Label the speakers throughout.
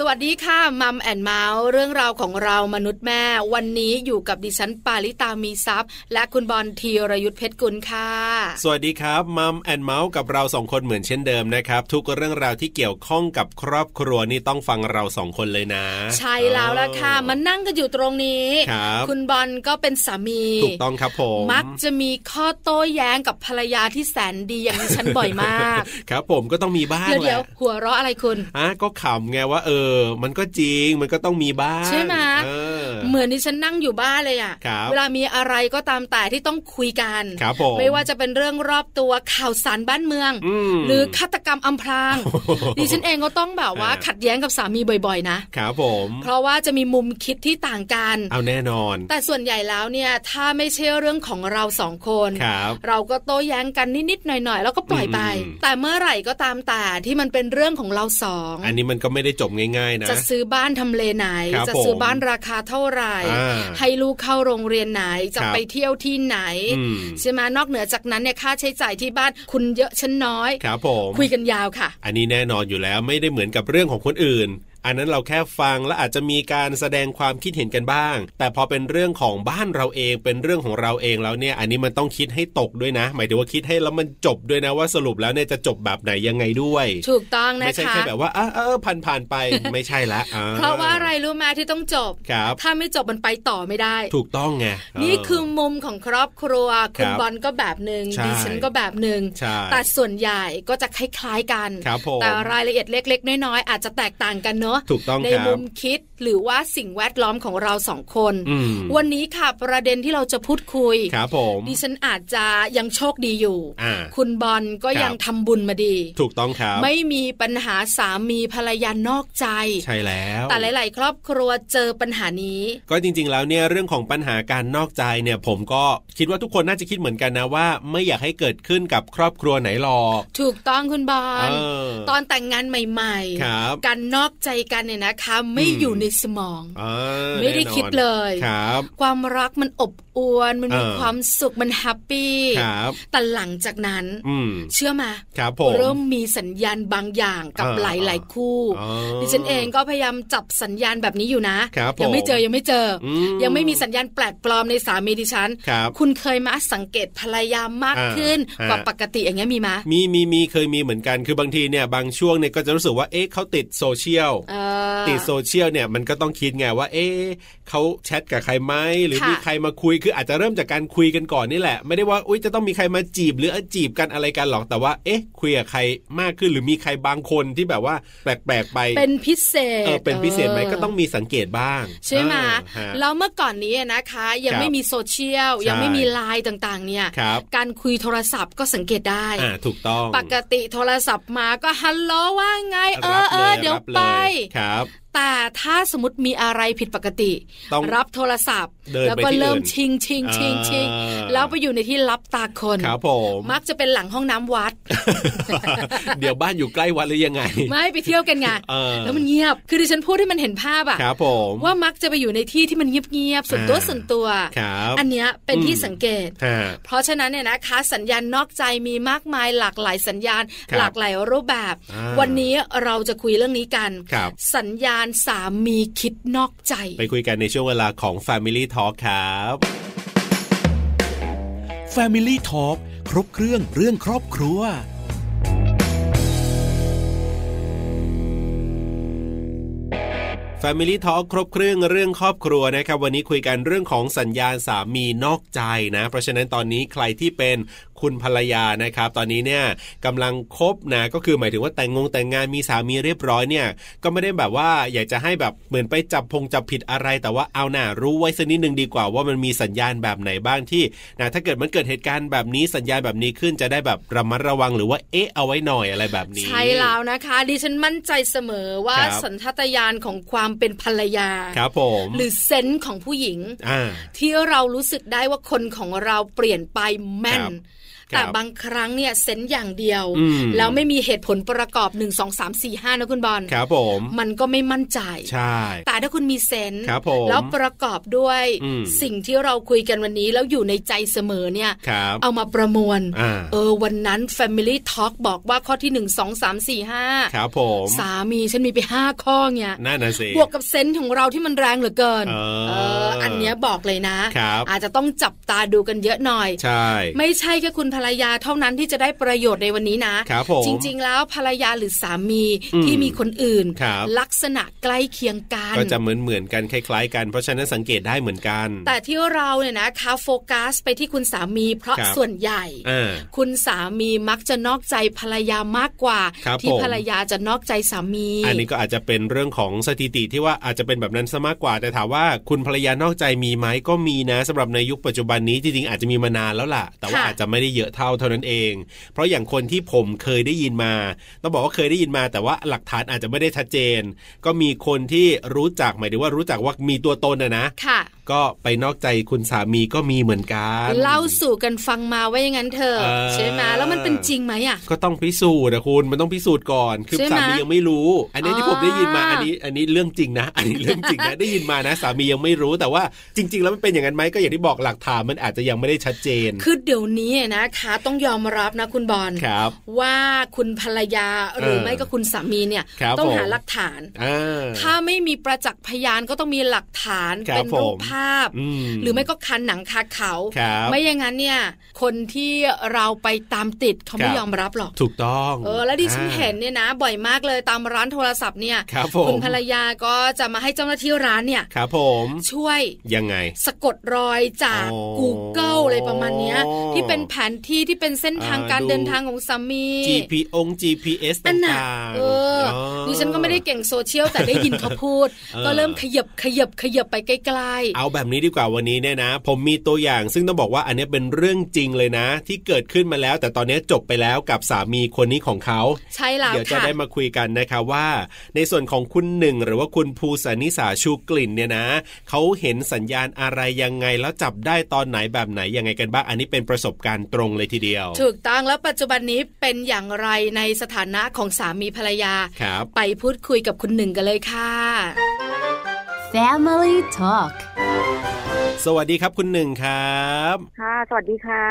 Speaker 1: สวัสดีค่ะมัมแอนเมาส์เรื่องราวของเรามนุษย์แม่ วันนี้อยู่กับดิฉันปาริตามีซัพย์ และคุณบอลธีรยุทธเพชรกุลค่ะ
Speaker 2: สวัสดีครับมัมแอนเมาส์กับเราสองคนเหมือนเช่นเดิมนะครับ ทุกเรื่องราวที่เกี่ยวข้องกับครอบครัวนี่ต้องฟังเราสองคนเลยนะ
Speaker 1: ใช่แล้วล่ะค่ะ
Speaker 2: อ๋อ
Speaker 1: มานั่งกันอยู่ตรงนี้
Speaker 2: ครับ
Speaker 1: คุณบอลก็เป็นสามี
Speaker 2: ถูกต้องครับผม
Speaker 1: มักจะมีข้อโต้แย้งกับภรรยาที่แสนดีอย่างดิฉันบ่อยมาก
Speaker 2: ครับผมก็ต้องมีบ้าง
Speaker 1: เดี๋ยว
Speaker 2: แห
Speaker 1: เดี๋ย
Speaker 2: ละ
Speaker 1: วหัวเราะอะไรคุณ
Speaker 2: อ่ะก็ขำไงว่า เออ มันก็จริงมันก็ต้องมีบ้าง
Speaker 1: ใช่ไหม
Speaker 2: เออ
Speaker 1: เหมือนที่ฉันนั่งอยู่บ้านเลยอะ
Speaker 2: ครับ
Speaker 1: เวลามีอะไรก็ตามแต่ที่ต้องคุยกัน
Speaker 2: ครับผม
Speaker 1: ไม่ว่าจะเป็นเรื่องรอบตัวข่าวสารบ้านเมือง
Speaker 2: ม
Speaker 1: หรือฆาตกรรมอำพราง
Speaker 2: โอ้โห
Speaker 1: ดิฉันเองก็ต้องแบบว่า
Speaker 2: อ่า
Speaker 1: ขัดแย้งกับสามีบ่อยๆ นะ
Speaker 2: ครับผม
Speaker 1: เพราะว่าจะมีมุมคิดที่ต่างกัน
Speaker 2: เอาแน่นอน
Speaker 1: แต่ส่วนใหญ่แล้วเนี่ยถ้าไม่ใช่เรื่องของเราสองคน
Speaker 2: ครับ
Speaker 1: เราก็โต้แย้งกันนิดๆหน่อยๆ แล้วก็ปล่อยไป
Speaker 2: อืม
Speaker 1: แต่เมื่อไหร่ก็ตามแต่ที่มันเป็นเรื่องของเราสอง
Speaker 2: อันนี้มันก็ไม่ได้จบง่าย ๆ นะ
Speaker 1: จะซื้อบ้านทำเลไหน
Speaker 2: ครับ
Speaker 1: จะซื้อ
Speaker 2: ผม
Speaker 1: บ้านราคาเท่าไหร่
Speaker 2: อ่า
Speaker 1: ให้ลูกเข้าโรงเรียนไหนจะ
Speaker 2: ครับ
Speaker 1: ไปเที่ยวที่ไหน
Speaker 2: อืม
Speaker 1: ใช่ไหมนอกเหนือจากนั้นเนี่ยค่าใช้จ่ายที่บ้านคุณเยอะฉันน้อย
Speaker 2: ครับผม
Speaker 1: คุยกันยาวค่ะ
Speaker 2: อันนี้แน่นอนอยู่แล้วไม่ได้เหมือนกับเรื่องของคนอื่น อันนั้นเราแค่ฟังและอาจจะมีการแสดงความคิดเห็นกันบ้าง แต่พอเป็นเรื่องของบ้านเราเองเป็นเรื่องของเราเองแล้วเนี่ย อันนี้มันต้องคิดให้ตกด้วยนะ หมายถึงว่าคิดให้แล้วมันจบด้วยนะว่าสรุปแล้วเนี่ยจะจบแบบไหนยังไงด้วย
Speaker 1: ถูกต้องนะ
Speaker 2: ไม่ใช่
Speaker 1: คะ
Speaker 2: แค่แบบว่าอ่ะเออผ่านผ่านๆไป ไม่ใช่ละอ่
Speaker 1: เพราะว่าอะไรรู้ไหมที่ต้องจบ
Speaker 2: ครับ
Speaker 1: ถ้าไม่จบมันไปต่อไม่ได้
Speaker 2: ถูกต้องไงเ
Speaker 1: นี่คือมุมของครอบครัว คุณ
Speaker 2: ครับ
Speaker 1: บอลก็แบบหนึ่ง
Speaker 2: ใช่
Speaker 1: ดิฉันก็แบบหนึ่ง
Speaker 2: ใช่
Speaker 1: แต่ส่วนใหญ่ก็จะคล้ายๆกัน
Speaker 2: ครับผม
Speaker 1: แต่รายละเอียดเล็ก ๆ น้อยๆอาจจะแตกต่างกันเนอะ
Speaker 2: ถูกต้อง
Speaker 1: ใน
Speaker 2: ครั
Speaker 1: มุ
Speaker 2: บ
Speaker 1: มคิดหรือว่าสิ่งแวดล้อมของเราสองคน
Speaker 2: อืม
Speaker 1: วันนี้ค่ะประเด็นที่เราจะพูดคุย
Speaker 2: ครับผม
Speaker 1: ดิฉันอาจจะยังโชคดีอยู่
Speaker 2: อ่า
Speaker 1: คุณบอลก็
Speaker 2: ครับ
Speaker 1: ยังทำบุญมาดี
Speaker 2: ถูกต้องครับ
Speaker 1: ไม่มีปัญหาสามีภรรยานอกใจ
Speaker 2: ใช่แล้ว
Speaker 1: แต่หลาย ๆ ครอบครัวเจอปัญหานี้
Speaker 2: ก็จริงๆ แล้วเนี่ยเรื่องของปัญหาการนอกใจเนี่ยผมก็คิดว่าทุกคนน่าจะคิดเหมือนกันนะว่า ไม่อยากให้เกิดขึ้นกับครอบครัวไหนหรอก
Speaker 1: ถูกต้องคุณบอล
Speaker 2: เออ
Speaker 1: ตอนแต่งงานใหม่
Speaker 2: ครับ
Speaker 1: ๆ การนอกใจกันเนี่ยนะคะ ไม่
Speaker 2: อืม
Speaker 1: อยู่ในสมอง
Speaker 2: อ่า
Speaker 1: ไม่ได้
Speaker 2: แน่นอน
Speaker 1: คิดเลย
Speaker 2: ครับ
Speaker 1: ความรักมันอบอวลมันมี
Speaker 2: เออ
Speaker 1: ความสุขมันแฮปปี้
Speaker 2: ครับ
Speaker 1: แต่หลังจากนั้น
Speaker 2: อืม
Speaker 1: เชื่อมา
Speaker 2: ครับผม
Speaker 1: เริ่มมีสัญญาณบางอย่างกับ
Speaker 2: เออ
Speaker 1: หลาย ๆ คู่
Speaker 2: อ๋อ
Speaker 1: ดิฉันเองก็พยายามจับสัญญาณแบบนี้อยู่นะ
Speaker 2: ครับ
Speaker 1: ยังไม่
Speaker 2: ผม
Speaker 1: เจอยังไม่เจออ
Speaker 2: ม
Speaker 1: ยังไม่มีสัญญาณแปลกปลอมในสามีดิฉัน
Speaker 2: ครับ
Speaker 1: คุณเคยมาสังเกตภรรยามาก
Speaker 2: อ่า
Speaker 1: ขึ้นกว่า
Speaker 2: ฮะ
Speaker 1: ปกติอย่างเงี้ยมีมะ
Speaker 2: มีมีมีเคยมีเหมือนกันคือบางทีเนี่ยบางช่วงเนี่ยก็จะรู้สึกว่าเอ๊ะเขาติดโซเชียล
Speaker 1: เอ่อ
Speaker 2: ติดโซเชียลเนี่ยมันก็ต้องคิดไงว่าเอ๊ะเขาแชทกับใครไหมหรือ
Speaker 1: ค่ะ
Speaker 2: มีใครมาคุยคืออาจจะเริ่มจากการคุยกันก่อนนี่แหละ ไม่ได้ว่าอุ้ยจะต้องมีใครมาจีบหรือเอาจีบกันอะไรกันหรอกแต่ว่า เอ๊ะคุยกับใครมากขึ้นหรือมีใครบางคนที่แบบว่าแปลกๆไป
Speaker 1: เป็นพิเศษ
Speaker 2: เออเป็นพิเศษไหมก็ต้องมีสังเกตบ้าง
Speaker 1: ใช่ไหม
Speaker 2: เออฮะ
Speaker 1: แล้วเมื่อก่อนนี้นะคะ ยัง
Speaker 2: ครับ
Speaker 1: ไม่มีโซเชียล
Speaker 2: ใช่
Speaker 1: ยังไม่มีไลน์ต่างๆ เนี่ย
Speaker 2: ครับ
Speaker 1: การคุยโทรศัพท์ก็สังเกตได้
Speaker 2: อ่าถูกต้อง
Speaker 1: ปกติโทรศัพท์มาก็ฮัลโหลว่าไง เออ
Speaker 2: รับ
Speaker 1: เอ
Speaker 2: ล
Speaker 1: อเดี๋ยว
Speaker 2: รับล
Speaker 1: ไป
Speaker 2: ครับ
Speaker 1: แต่ถ้าสมมติมีอะไรผิดปกติ
Speaker 2: ต้อง
Speaker 1: รับโทรศัพท์
Speaker 2: เดิน
Speaker 1: แล้ว
Speaker 2: ไป
Speaker 1: ก็
Speaker 2: ที่
Speaker 1: เริ่ม
Speaker 2: อื่น
Speaker 1: ชิงชิงชิงชิง
Speaker 2: อ่า
Speaker 1: แล้วไปอยู่ในที่รับตาคน
Speaker 2: ครับผม
Speaker 1: มักจะเป็นหลังห้องน้ำวัด
Speaker 2: เดี๋ยวบ้านอยู่ใกล้วัดหรือยังไง
Speaker 1: ไม่ไปเที่ยวกันไง
Speaker 2: เออ
Speaker 1: แล้วมันเงียบ คือดิฉันพูดให้มันเห็นภาพอะ
Speaker 2: ครับผม
Speaker 1: ว่ามักจะไปอยู่ในที่ที่มันเงียบๆส่วนตัว
Speaker 2: อ่า
Speaker 1: ส่วนตัว
Speaker 2: ครับ
Speaker 1: อันเนี้ยเป็นที่สังเกต
Speaker 2: ฮะ
Speaker 1: เพราะฉะนั้นเนี่ยนะคะสัญญาณนอกใจมีมากมายหลากหลายสัญญาณ
Speaker 2: ครับ
Speaker 1: หลากหลายรูปแบบ
Speaker 2: อ่า
Speaker 1: วันนี้เราจะคุยเรื่องนี้กัน
Speaker 2: ครับ
Speaker 1: สัญญาณสามีคิดนอกใจ
Speaker 2: ไปคุยกันในช่วงเวลาของ Family Talk ครับ
Speaker 3: Family Talk ครบเครื่องเรื่องครอบครัว
Speaker 2: Family Talk ครบเครื่องเรื่องครอบครัวนะครับ วันนี้คุยกันเรื่องของสัญญาณสามีนอกใจนะ เพราะฉะนั้นตอนนี้ใครที่เป็นคุณภรรยานะครับ ตอนนี้เนี่ยกำลังคบนะก็คือหมายถึงว่าแต่งงงแต่งงานมีสามีเรียบร้อยเนี่ย ก็ไม่ได้แบบว่าอยากจะให้แบบเหมือนไปจับพงจับผิดอะไรแต่ว่าเอาหน่ารู้ไว้สักนิดหนึ่งดีกว่าว่ามันมีสัญญาณแบบไหนบ้างที่นะถ้าเกิดมันเกิดเหตุการณ์แบบนี้สัญญาณแบบนี้ขึ้นจะได้แบบระมัดระวังหรือว่าเอ๊ะเอาไว้หน่อยอะไรแบบนี้
Speaker 1: ใช่แล้วนะคะดิฉันมั่นใจเสมอว่า
Speaker 2: ครับ
Speaker 1: สัญชาตญาณของความ เป็นภรรยา
Speaker 2: ครับผม
Speaker 1: หรือเซนส์ของผู้หญิง
Speaker 2: อ่า
Speaker 1: ที่เรารู้สึกได้ว่าคนของเราเปลี่ยนไปแม่น
Speaker 2: ครับ
Speaker 1: แต่
Speaker 2: ครับ
Speaker 1: บางครั้งเนี่ยเซนส์อย่างเดียว
Speaker 2: อืม
Speaker 1: แล้วไม่มีเหตุผลประกอบ 1 2 3 4 5 นะคุณบอล
Speaker 2: ครับผม
Speaker 1: มันก็ไม่มั่นใจ
Speaker 2: ใช่
Speaker 1: แต่ถ้าคุณมีเซนส์
Speaker 2: ครับผม
Speaker 1: แล้วประกอบด้วย
Speaker 2: อืม
Speaker 1: สิ่งที่เราคุยกันวันนี้แล้วอยู่ในใจเสมอเนี่ย
Speaker 2: ครับ
Speaker 1: เอามาประมวล
Speaker 2: อ่า
Speaker 1: เออวันนั้น Family Talk บอกว่าข้อที่ 1 2 3 4
Speaker 2: ครับผม
Speaker 1: 5 สามีฉันมีไป 5 ข้อเนี่ย
Speaker 2: นั่นนะสิ
Speaker 1: บวกกับเซนส์ของเราที่มันแรงเหลือเกิน
Speaker 2: เออ
Speaker 1: อันเนี้ยบอกเลยนะ
Speaker 2: ครับ
Speaker 1: อาจจะต้องจับตาดูกันเยอะหน่อย
Speaker 2: ใช่
Speaker 1: ไม่ใช่แค่คุณภรรยาเท่านั้นที่จะได้ประโยชน์ในวันนี้นะ
Speaker 2: ครับผม
Speaker 1: จริง ๆ แล้วภรรยาหรือสามี
Speaker 2: อืม
Speaker 1: ที่มีคนอื่น
Speaker 2: ครับ
Speaker 1: ลักษณะใกล้เคียงกัน
Speaker 2: ก็จะเหมือนเหมือนๆกันคล้ายๆ กันเพราะฉะนั้นสังเกตได้เหมือนกัน
Speaker 1: แต่ที่เราเนี่ยนะคะโฟกัสไปที่คุณสามีเพราะ
Speaker 2: ครับ
Speaker 1: ส่วนใหญ่
Speaker 2: อ่า
Speaker 1: คุณสามีมักจะนอกใจภรรยามากกว่า
Speaker 2: ครับ
Speaker 1: ที่
Speaker 2: ผม
Speaker 1: ภรรยาจะนอกใจสามี
Speaker 2: อันนี้ก็อาจจะเป็นเรื่องของสถิติที่ว่าอาจจะเป็นแบบนั้นซะมากกว่า แต่ถามว่าคุณภรรยานอกใจมีไหมก็มีนะสำหรับในยุคปัจจุบันนี้จริงๆอาจจะมีมานานแล้วล่ะ แต่ว่าอาจจะไม่ได้เยอะเท่าเท่านั้นเอง เพราะอย่างคนที่ผมเคยได้ยินมา ต้องบอกว่าเคยได้ยินมา แต่ว่าหลักฐานอาจจะไม่ได้ชัดเจน ก็มีคนที่รู้จักหมายถึงว่ารู้จักว่ามีตัวตนนะนะ
Speaker 1: ค่ะ
Speaker 2: ก็ไปนอกใจคุณสามีก็มีเหมือนกัน
Speaker 1: เล่าสู่กันฟังมาว่าอย่างนั้นเธอะ
Speaker 2: เออ
Speaker 1: ใช่ไหมแล้วมันเป็นจริงไหมอ่ะ
Speaker 2: ก็ต้องพิสูจน์นะคุณมันต้องพิสูจน์ก่อน คือ
Speaker 1: ใช่ไหม
Speaker 2: สามียังไม่รู้ อันนี้ที่
Speaker 1: อ๋อ
Speaker 2: ผมได้ยินมาอันนี้ อันนี้เรื่องจริงนะ อันนี้เรื่องจริง นะ ได้ยินมานะ สามียังไม่รู้แต่ว่าจริง ๆ แล้วมันเป็นอย่างนั้นไหมก็อย่างที่บอกหลักฐานมันอาจจะยังไม่ได้ชัดเจน
Speaker 1: คือเดี๋ยวนี้นะคะต้องยอมรับนะคุณบอล
Speaker 2: ครับ
Speaker 1: ว่าคุณภรรยาหรือ
Speaker 2: เออ
Speaker 1: ไม่ก็คุณสามีเนี่ย
Speaker 2: ครับ
Speaker 1: ต้องหา
Speaker 2: ผม
Speaker 1: หลักฐาน
Speaker 2: อ่า
Speaker 1: ถ้าไม่มีประจักษ์พยานก็ต้องมีหลักฐาน
Speaker 2: ครับ
Speaker 1: เป็นรูป
Speaker 2: ผม
Speaker 1: ภาพ
Speaker 2: ม
Speaker 1: หรือไม่ก็คันหนังคาเขา
Speaker 2: ครับ
Speaker 1: ไม่อย่างนั้นเนี่ยคนที่เราไปตามติดเขาไม่
Speaker 2: ครับ
Speaker 1: ยอมรับหรอก
Speaker 2: ถูกต้อง
Speaker 1: เออแล้วดิฉัน
Speaker 2: อ่า
Speaker 1: เห็นเนี่ยนะ บ่อยมากเลยตามร้านโทรศัพท์เนี่ย
Speaker 2: ครับผม
Speaker 1: ณภรรยาก็จะมาให้เจ้าหน้าที่ร้านเนี่ย
Speaker 2: ครับผม
Speaker 1: ช่วย
Speaker 2: ยังไง
Speaker 1: สะกดรอยจาก
Speaker 2: อ๋อ
Speaker 1: Google อะไรประมาณเนี้ย ที่เป็นแผนที่ที่เป็นเส้นทางการ
Speaker 2: อ่าดู
Speaker 1: เดินทางของสามี
Speaker 2: GP องค์ GPS
Speaker 1: อั
Speaker 2: ต่
Speaker 1: นน่ะ
Speaker 2: าง
Speaker 1: เออ
Speaker 2: ๆอ๋อ
Speaker 1: ดิฉันก็ไม่ได้เก่งโซเชียลแต่ได้ยินเขาพูด
Speaker 2: เออ
Speaker 1: ก็เริ่มขยับขยับขยับไปใกล้ๆ
Speaker 2: เอาแบบนี้ดีกว่าวันนี้เนี่ยนะ ผมมีตัวอย่างซึ่งต้องบอกว่าอันเนี้ยเป็นเรื่องจริงเลยนะ ที่เกิดขึ้นมาแล้ว แต่ตอนเนี้ยจบไปแล้วกับสามีคนนี้ของเขา
Speaker 1: ใช่แล้ว
Speaker 2: เดี๋ยวจะ
Speaker 1: ค่ะ
Speaker 2: ได้มาคุยกันนะคะว่า ในส่วนของคุณหนึ่งหรือว่าคุณภูสนิสาชูกลิ่นเนี่ยนะเขาเห็นสัญญาณอะไรยังไงแล้วจับได้ตอนไหนแบบไหนยังไงกันบ้างอันนี้เป็นประสบการณ์ตรงเลยทีเดียว
Speaker 1: ถูกต้องแล้วปัจจุบันนี้เป็นอย่างไรในสถานะของสามีภรรยา
Speaker 2: ครับ
Speaker 1: ไปพูดคุยกับคุณหนึ่งกันเลยค่ะ
Speaker 4: Family Talk
Speaker 2: สวัสดีครับคุณหนึ่งครับ
Speaker 5: ค่ะ สวัสดีค่ะ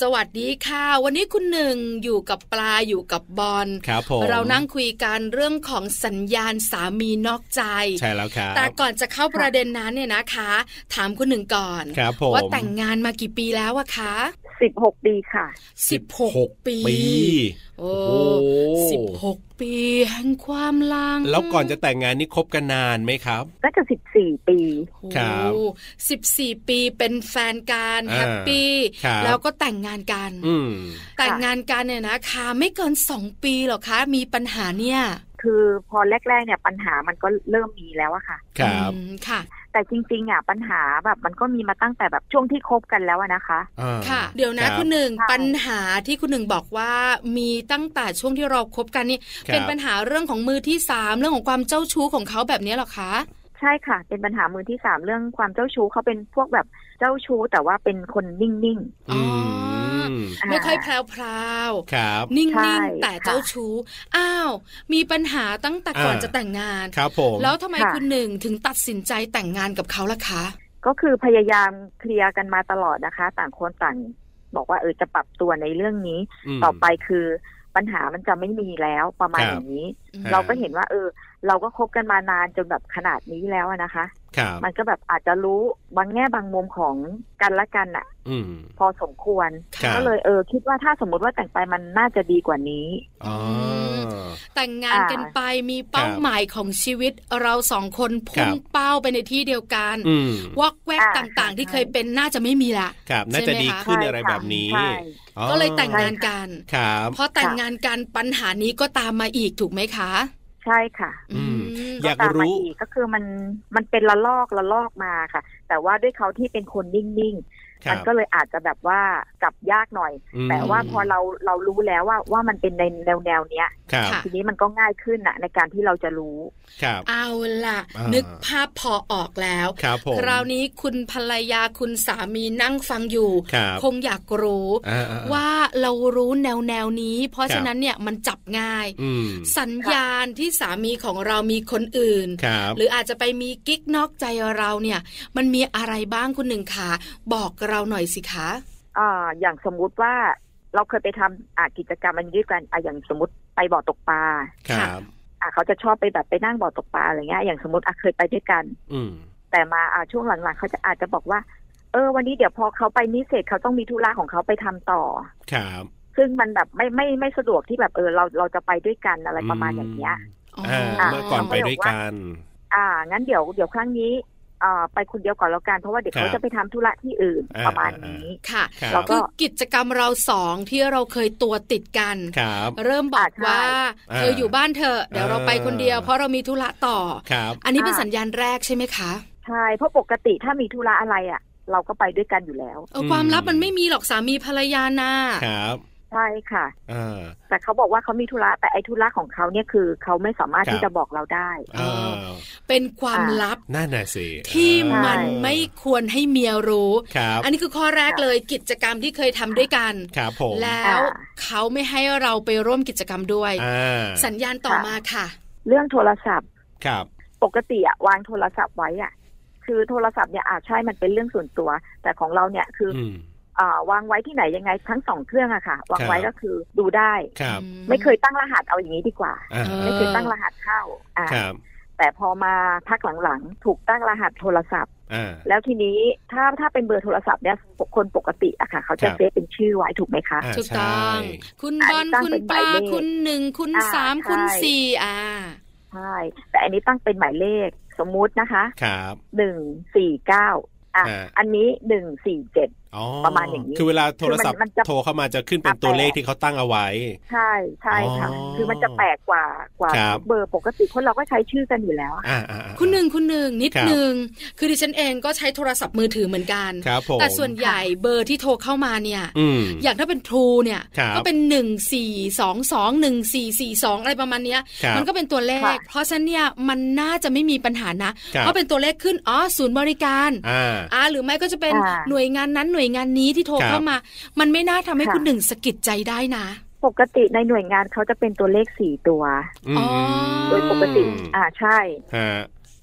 Speaker 1: สวัสดีค่ะ วันนี้คุณหนึ่งอยู่กับปลาอยู่กับบอล
Speaker 2: ครับผม
Speaker 1: เรานั่งคุยกันเรื่องของสัญญาณสามีนอกใจ
Speaker 2: ใช่แล้วครับ
Speaker 1: แต่ก่อนจะเข้าประเด็นนั้นเนี่ยนะคะ ถามคุณหนึ่งก่อน
Speaker 2: ครับผม
Speaker 1: ว่าแต่งงานมากี่ปีแล้วอะคะ
Speaker 5: สิบหกปีค่ะ
Speaker 1: 16 ปี
Speaker 2: ปี
Speaker 1: โอ้
Speaker 2: โอ้โห
Speaker 1: สิบหกปีแห่งความหลัง
Speaker 2: แล้วก่อนจะแต่งงานนี่คบกันนานไหมครับ
Speaker 5: น่าจะสิบสี่ปี
Speaker 2: ครับ
Speaker 1: โอ้สิบสี่ปีเป็นแฟนกัน
Speaker 2: อ่า
Speaker 1: แฮปปี้
Speaker 2: ครับ
Speaker 1: แล้วก็แต่งงานกัน
Speaker 2: อืม
Speaker 1: แต่งงานกันเนี่ยนะคะไม่เกินสองปีหรอกคะมีปัญหาเนี่ย
Speaker 5: คือพอแรก ๆ เนี่ยปัญหามันก็เริ่มมีแล้วอะค่ะ
Speaker 2: ครับ
Speaker 1: อืมค่ะ
Speaker 5: แต่จริงๆอะปัญหาแบบมันก็มีมาตั้งแต่แบบช่วงที่คบกันแล้วอะนะคะ
Speaker 2: อ่า
Speaker 1: ค่ะ เดี๋ยวนะ
Speaker 2: รับ
Speaker 1: คุณหนึ่ง
Speaker 5: ค่ะ
Speaker 1: ปัญหาที่คุณหนึ่งบอกว่ามีตั้งแต่ช่วงที่เราคบกันนี่
Speaker 2: ครับ
Speaker 1: เป็นปัญหาเรื่องของมือที่สามเรื่องของความเจ้าชู้ของเขาแบบนี้หรอคะ
Speaker 5: ใช่ค่ะ เป็นปัญหามือที่สามเรื่องความเจ้าชู้เขาเป็นพวกแบบเจ้าชู้แต่ว่าเป็นคนนิ่ง
Speaker 1: อ๋ออื
Speaker 2: ม
Speaker 5: ๆ
Speaker 1: ไม่ค่อย
Speaker 5: า
Speaker 1: แพรวพราวๆ
Speaker 2: ครับ
Speaker 1: นิ่
Speaker 5: ใช่
Speaker 1: งๆแต่
Speaker 5: ค่ะ
Speaker 1: เจ้าชู้อ้าว มีปัญหาตั้งแต่ก่อน
Speaker 2: อ่า
Speaker 1: จะแต่งงาน
Speaker 2: ครับผม
Speaker 1: แล้วทำไม
Speaker 5: ค่ะ
Speaker 1: คุณหนึ่งถึงตัดสินใจแต่งงานกับเขาล่ะคะ
Speaker 5: ก็คือพยายามเคลียร์กันมาตลอดนะคะ ต่างคนต่างบอกว่าเออจะปรับตัวในเรื่องนี้
Speaker 2: ม
Speaker 5: ต่อไปคือปัญหามันจะไม่มีแล้วประมาณ
Speaker 2: ครับ
Speaker 5: อย่างนี้
Speaker 1: อืม
Speaker 5: เราก็เห็นว่า เออ เราก็คบกันมานานจนแบบขนาดนี้แล้วอะนะคะ
Speaker 2: ครับ
Speaker 5: มันก็แบบอาจจะรู้บางแง่บางมุมของกันและกันอะ
Speaker 2: อืม
Speaker 5: พอสมควร
Speaker 2: ครับ
Speaker 5: ก็เลยเออ คิดว่าถ้าสมมติว่าแต่งไปมันน่าจะดีกว่านี้
Speaker 2: อ๋อ
Speaker 1: แต่งงานกันไปมีเป้า
Speaker 2: ครับ
Speaker 1: หมายของชีวิตเราสองคนพุ่ง
Speaker 2: ครับ
Speaker 1: เป้าไปในที่เดียวกัน
Speaker 2: อืม
Speaker 1: วอกแวก
Speaker 5: อ่า
Speaker 1: ต่างๆ ที่
Speaker 5: ใช่
Speaker 1: เคยเป็นน่าจะไม่มีละ
Speaker 2: ครับ น่าจะ
Speaker 1: ใช่ไหม
Speaker 2: ดี
Speaker 1: คะ
Speaker 2: ขึ้น
Speaker 5: ใช่
Speaker 2: อะไร
Speaker 5: ค่ะ
Speaker 2: แบบนี้
Speaker 5: ใช่
Speaker 2: อ๋อ
Speaker 1: ก็เลยแต่งงานกัน
Speaker 2: ครับ
Speaker 1: พอแต่งงานกันปัญหานี้ก็ตามมาอีกถูกไหมคะ
Speaker 5: ใช่ค่ะ
Speaker 2: อืม
Speaker 1: ม
Speaker 2: อยาก
Speaker 5: ตาม
Speaker 2: รู้
Speaker 5: มาอีกก็คือมันมันเป็นละลอกละลอกมาค่ะ แต่ว่าด้วยเขาที่เป็นคนนิ่ง
Speaker 2: ครับ
Speaker 5: มัก็เลยอาจจะแบบว่าจับยากหน่อย
Speaker 2: อืม
Speaker 5: แต่ว่าพอเราเรารู้แล้วว่าว่ามันเป็นในแนวแนวๆเนี้ย
Speaker 2: ครับ
Speaker 1: ค่ะ
Speaker 5: ทีนี้มันก็ง่ายขึ้นนะในการที่เราจะรู้
Speaker 2: ครับ
Speaker 1: เอาล่ะ
Speaker 2: อ่านึ
Speaker 1: นึกภาพพอออกแล้ว
Speaker 2: ครับผม
Speaker 1: คราวนี้คุณภรรยาคุณสามีนั่งฟังอยู่
Speaker 2: ครับ
Speaker 1: คงอยากรู้
Speaker 2: อ่อ่อ่
Speaker 1: ว่าเรารู้แนวแนวๆนี้ เพราะ
Speaker 2: ครับ
Speaker 1: ฉะนั้นเนี่ยมันจับง่าย
Speaker 2: อืม
Speaker 1: สัญญาณที่สามีของเรามีคนอื่น
Speaker 2: ครับ
Speaker 1: หรืออาจจะไปมีกิ๊กนอกใจเราเนี่ย มันมีอะไรบ้างคุณหนึ่งขาบอกเราหน่อยสิคะ
Speaker 5: อ่าอย่างสมมุติว่าเราเคยไปทำอ่ะกิจกรรมอันนี้ด้วยกันอ่ะอย่างสมมติไปบ่อตกปลา
Speaker 2: ครับ
Speaker 5: อ่ะเขาจะชอบไปแบบไปนั่งบ่อตกปลาอะไรเงี้ยอย่างสมมติอ่ะเคยไปด้วยกัน
Speaker 2: อืม
Speaker 5: แต่มาอ่ะช่วงหลังๆเขาจะอาจจะบอกว่า เออ วันนี้เดี๋ยวพอเขาไปนี่เสร็จเขาต้องมีธุระของเขาไปทำต่อ
Speaker 2: ครับ
Speaker 5: ซึ่งมันแบบไม่ไม่ไม่สะดวกที่แบบเออเราเราจะไปด้วยกันอะไรประมาณอย่างเงี้ย
Speaker 1: อ๋อ
Speaker 2: อ่า
Speaker 5: อ่ะ
Speaker 2: เมื่อก่อนไปด้วยกัน
Speaker 5: อ่างั้นเดี๋ยวเดี๋ยวครั้งนี้อ่าไปคนเดียวก่อนแล้วกันเพราะว่าเด็ก
Speaker 2: ครับ
Speaker 5: เขาจะไปทำธุระที่อื่น
Speaker 2: อ่า
Speaker 5: ประมาณนี้
Speaker 1: ค่ะ
Speaker 2: ครับ
Speaker 5: เรา ก็
Speaker 1: คือกิจกรรมเราสองที่เราเคยตัวติดกัน
Speaker 2: ครับ
Speaker 1: เริ่มบอก
Speaker 5: อ่าใช่
Speaker 1: ว่า
Speaker 2: อ่า
Speaker 1: เธออยู่บ้านเธอะเดี๋ยวเราไปคนเดียว
Speaker 2: อ่า
Speaker 1: เพราะเรามีธุระต่อ
Speaker 2: ครับ
Speaker 1: อันนี้เป็นสัญญาณแรกใช่ไหมคะ
Speaker 5: ใช่เพราะปกติถ้ามีธุระอะไรอ่ะ เราก็ไปด้วยกันอยู่แล้ว
Speaker 1: เออความลับมันไม่มีหรอกสามีภรรยานา
Speaker 2: ครับ
Speaker 5: ใช่ค่ะ
Speaker 2: อ่า
Speaker 5: แต่เขาบอกว่าเขามีธุระแต่ไอ้ธุระของเขาเนี่ยคือเขาไม่สามารถที่จะบอกเราได้
Speaker 2: อ่า
Speaker 1: เป็นความลับ
Speaker 2: น่าหน่ะสิ
Speaker 1: ที่มั
Speaker 2: อ่าน
Speaker 1: ไม่ควรให้เมียรู้
Speaker 2: ครับ
Speaker 1: อันนี้คือข้อแรกเลยกิจกรรมที่เคยทำด้วยกัน
Speaker 2: ครับผม
Speaker 1: แล้ว
Speaker 5: อ่า
Speaker 1: เขาไม่ให้เราไปร่วมกิจกรรมด้วย
Speaker 2: อ่า
Speaker 1: สัญญาณต่อมาค่ะ
Speaker 5: เรื่องโทรศัพท์
Speaker 2: ครับ
Speaker 5: ปกติอะวางโทรศัพท์ไว้อะคือโทรศัพท์เนี่ยอาจใช่มันเป็นเรื่องส่วนตัว แต่ของเราเนี่ยคืออ
Speaker 2: อืม
Speaker 5: เอ่อวางไว้ที่ไหนยังไงทั้งสองเครื่องอะค่ะ วางไว้
Speaker 2: ครับ
Speaker 5: ก็คือดูได้
Speaker 2: ครับ
Speaker 5: ไม่เคยตั้งรหัสเอาอย่างนี้ดีกว่า
Speaker 2: อ่า
Speaker 1: เอ
Speaker 5: ไม่เคยตั้งรหัสเข้าอ่า
Speaker 2: ครับ
Speaker 5: แต่พอมาพักหลังๆ ถูกตั้งรหัสโทรศัพท์
Speaker 2: อ่า
Speaker 5: แล้วทีนี้ถ้าถ้าเป็นเบอร์โทรศัพท์เนี่ยคนปกติอะค่ะ เขาจะ
Speaker 2: ครับ
Speaker 5: เซฟเป็นชื่อไว้ถูกไหมคะ
Speaker 2: อ่า
Speaker 1: ถูกต้อง
Speaker 2: ใช่
Speaker 1: คุณ
Speaker 5: อ่า
Speaker 1: บอล
Speaker 5: ตั้ง
Speaker 1: คุณ
Speaker 5: เป็น
Speaker 1: ปลา
Speaker 5: หมายเลข
Speaker 1: คุณหนึ่งคุณ
Speaker 5: อ่า
Speaker 1: สามคุณ
Speaker 5: ใช่
Speaker 1: สี่อ่า
Speaker 5: ใช่ แต่อันนี้ตั้งเป็นหมายเลขสมมุตินะคะ
Speaker 2: ครับ
Speaker 5: หนึ่งสี่เก้าอ่ะ
Speaker 2: อ่า
Speaker 5: อันนี้หนึ่งสี่เจ็ด
Speaker 2: อ๋อ
Speaker 5: ประมาณอย่างนี้
Speaker 2: คือเวลาโทรศัพท์
Speaker 5: คือมันมันจะ
Speaker 2: โทรเข้ามาจะขึ้นเป็น
Speaker 5: อ่ะ
Speaker 2: ตัวเลขที่เขาตั้งเอาไว้
Speaker 5: ใช่ใช่ค่ะ
Speaker 2: อ๋อ
Speaker 5: คือมันจะแปลกกว่ากว่า
Speaker 2: ครับ
Speaker 5: เบอร์ปกติคนเราก็ใช้ชื่อกันอยู่แล้วอะ
Speaker 2: อ่าอ่าอ่า
Speaker 1: คุณหนึ่งคุณหนึ่งนิด
Speaker 2: ครับ
Speaker 1: หนึ่งคือดิฉันเองก็ใช้โทรศัพท์มือถือเหมือนกัน
Speaker 2: ครับผม
Speaker 1: แต่ส่วนใหญ่เบอร์ที่โทรเข้ามาเนี่ย
Speaker 2: อืม
Speaker 1: อย่างถ้าเป็นทรูเนี่ย
Speaker 2: ครับ
Speaker 1: ก็เป็นหนึ่งสี่สองสองหนึ่งสี่สี่สองอะไรประมาณเนี้ย
Speaker 2: ครับ
Speaker 1: มันก็เป็นตัวเลข เพราะฉะนั้นเนี่ยมันน่าจะไม่มีปัญหานะ
Speaker 2: ครับ
Speaker 1: เพราะเป็นตัวเลขขึ้นอ๋อศูนย์บริการ
Speaker 2: อ่า
Speaker 1: อ่าหรือไม่ก็จะเป็น
Speaker 5: อ่า
Speaker 1: หน่วยงานนั้นหน่วยงานนี้ที่โทร
Speaker 2: ครับ
Speaker 1: เข้ามา มันไม่น่าทำให้
Speaker 5: ค่ะ
Speaker 1: คุณหนึ่งสะกิดใจได้นะ
Speaker 5: ปกติในหน่วยงานเขาจะเป็นตัวเลขสี่ตัว
Speaker 2: อืม
Speaker 1: อ๋อ
Speaker 5: โดยปกติ อ่าใช่
Speaker 2: ฮะ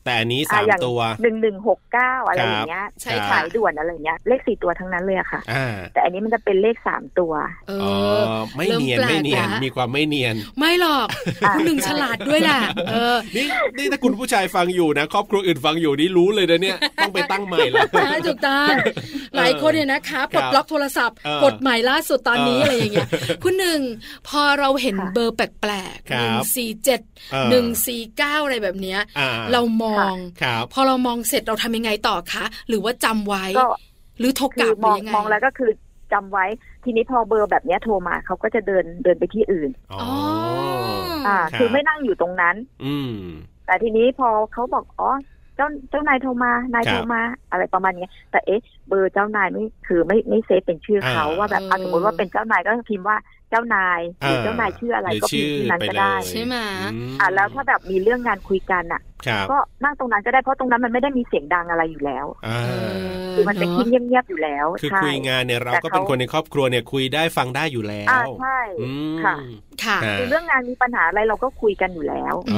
Speaker 2: แต่อันนี้
Speaker 5: อ่ะ
Speaker 2: สาม
Speaker 5: อย่าง
Speaker 2: ตัว
Speaker 5: หนึ่งหนึ่งหกเก้าอะไร
Speaker 2: ครับ
Speaker 5: อย่างเงี้ย
Speaker 1: ใช่
Speaker 5: สายด่วนอะไรอย่างเงี้ย เลขสี่ตัวทั้งนั้นเลยอะค่ะ
Speaker 2: อ่า
Speaker 5: แต่อันนี้มันจะเป็นเลขสามตัว
Speaker 1: เอ
Speaker 2: อ๋อ
Speaker 1: อ
Speaker 2: ไม่
Speaker 1: เริ่ม
Speaker 2: เนียน
Speaker 1: แปลก
Speaker 2: ไม่เนียน
Speaker 1: ละ
Speaker 2: มีความไม่เนียน
Speaker 1: ไม่หรอก
Speaker 5: อ่า
Speaker 1: คุณหนึ่งฉลาดด้วยแหละเออ
Speaker 2: นี่นี่ถ้าคุณผู้ชายฟังอยู่นะ ครอบครัวอื่นฟังอยู่นี่รู้เลยนะเนี่ย ต้องไปตั้งใหม่แล้ว
Speaker 1: ใช่ถูกต้องหลายคนเนี่ยนะคะปลดล็อกโทรศัพท์
Speaker 2: เออก
Speaker 1: ฎหมายล่าสุดตอนนี้อะ
Speaker 2: เอออ
Speaker 1: ไรอย่างเงี้ยคุณหนึ่งพอเราเห็น
Speaker 5: ค่ะ
Speaker 1: เบอร์แปลก
Speaker 2: ค
Speaker 1: ๆ
Speaker 2: รั
Speaker 1: หนึ่ง
Speaker 2: บ
Speaker 1: สี่เจ็ด
Speaker 2: เออ
Speaker 1: หนึ่งสี่เก้าอะไรแบบเนี้ย
Speaker 2: อ่
Speaker 1: เรามอง
Speaker 2: ครับ
Speaker 1: พอเรามองเสร็จเราทำยังไงต่อคะ หรือว่าจำไว้
Speaker 5: ก็
Speaker 1: หรือโทรก
Speaker 5: คื
Speaker 1: ลั
Speaker 5: อบ
Speaker 1: ห
Speaker 5: ม
Speaker 1: รือ อง ยังไง
Speaker 5: มองแล้วก็คือจำไว้ ทีนี้พอเบอร์แบบเนี้ยโทรมาเขาก็จะเดินเดินไปที่อื่น
Speaker 2: อ๋อ
Speaker 1: อ๋ออ
Speaker 5: อ่า
Speaker 2: ครับ
Speaker 5: คือไม่นั่งอยู่ตรงนั้น
Speaker 2: อืม
Speaker 5: แต่ทีนี้พอเขาบอกอ๋อเจ้าเจ้านายโทรมา นาย
Speaker 2: ครับ
Speaker 5: โทรมา อะไรประมาณเนี้ยแต่เอ๊ะเบอร์เจ้านายไม่คือไม่ไม่เซฟเป็นชื่อเขา
Speaker 2: อ่า
Speaker 5: ว่าแบบอ่ะ
Speaker 1: เออ
Speaker 5: สมมติว่าเป็นเจ้านายก็พิมพ์ว่าเจ้านายหรือเจ้านายชื่ออะไร
Speaker 2: ห
Speaker 5: ก็พิมพ์ที่นั้นก็ได้
Speaker 2: ชื่อ
Speaker 1: ใช่
Speaker 2: ปเลย
Speaker 1: ไหม
Speaker 2: อื
Speaker 5: อ่ะแล้วถ้าแบบมีเรื่องงานคุยกันอ่ะ
Speaker 2: ครับ
Speaker 5: ก็นั่งตรงนั้นก็ได้เพราะตรงนั้นมันไม่ได้มีเสียงดังอะไรอยู่แล้ว
Speaker 2: อ่า
Speaker 1: เออ
Speaker 5: คือมันเป็นที่
Speaker 1: เนอะ
Speaker 5: เงียบๆอยู่แล้ว
Speaker 2: คือ
Speaker 5: ใช่
Speaker 2: คุยงานเนี่ยเรา
Speaker 5: แต่
Speaker 2: ก็
Speaker 5: เขา
Speaker 2: เป็นคนในครอบครัวเนี่ยคุยได้ฟังได้อยู่แล้
Speaker 5: อ่าว ใช่
Speaker 2: อืม
Speaker 5: ค่ะ
Speaker 1: ค่ะ
Speaker 2: า
Speaker 5: คือเรื่องงานมีปัญหาอะไรเราก็คุยกันอยู่แล้ว
Speaker 2: เอ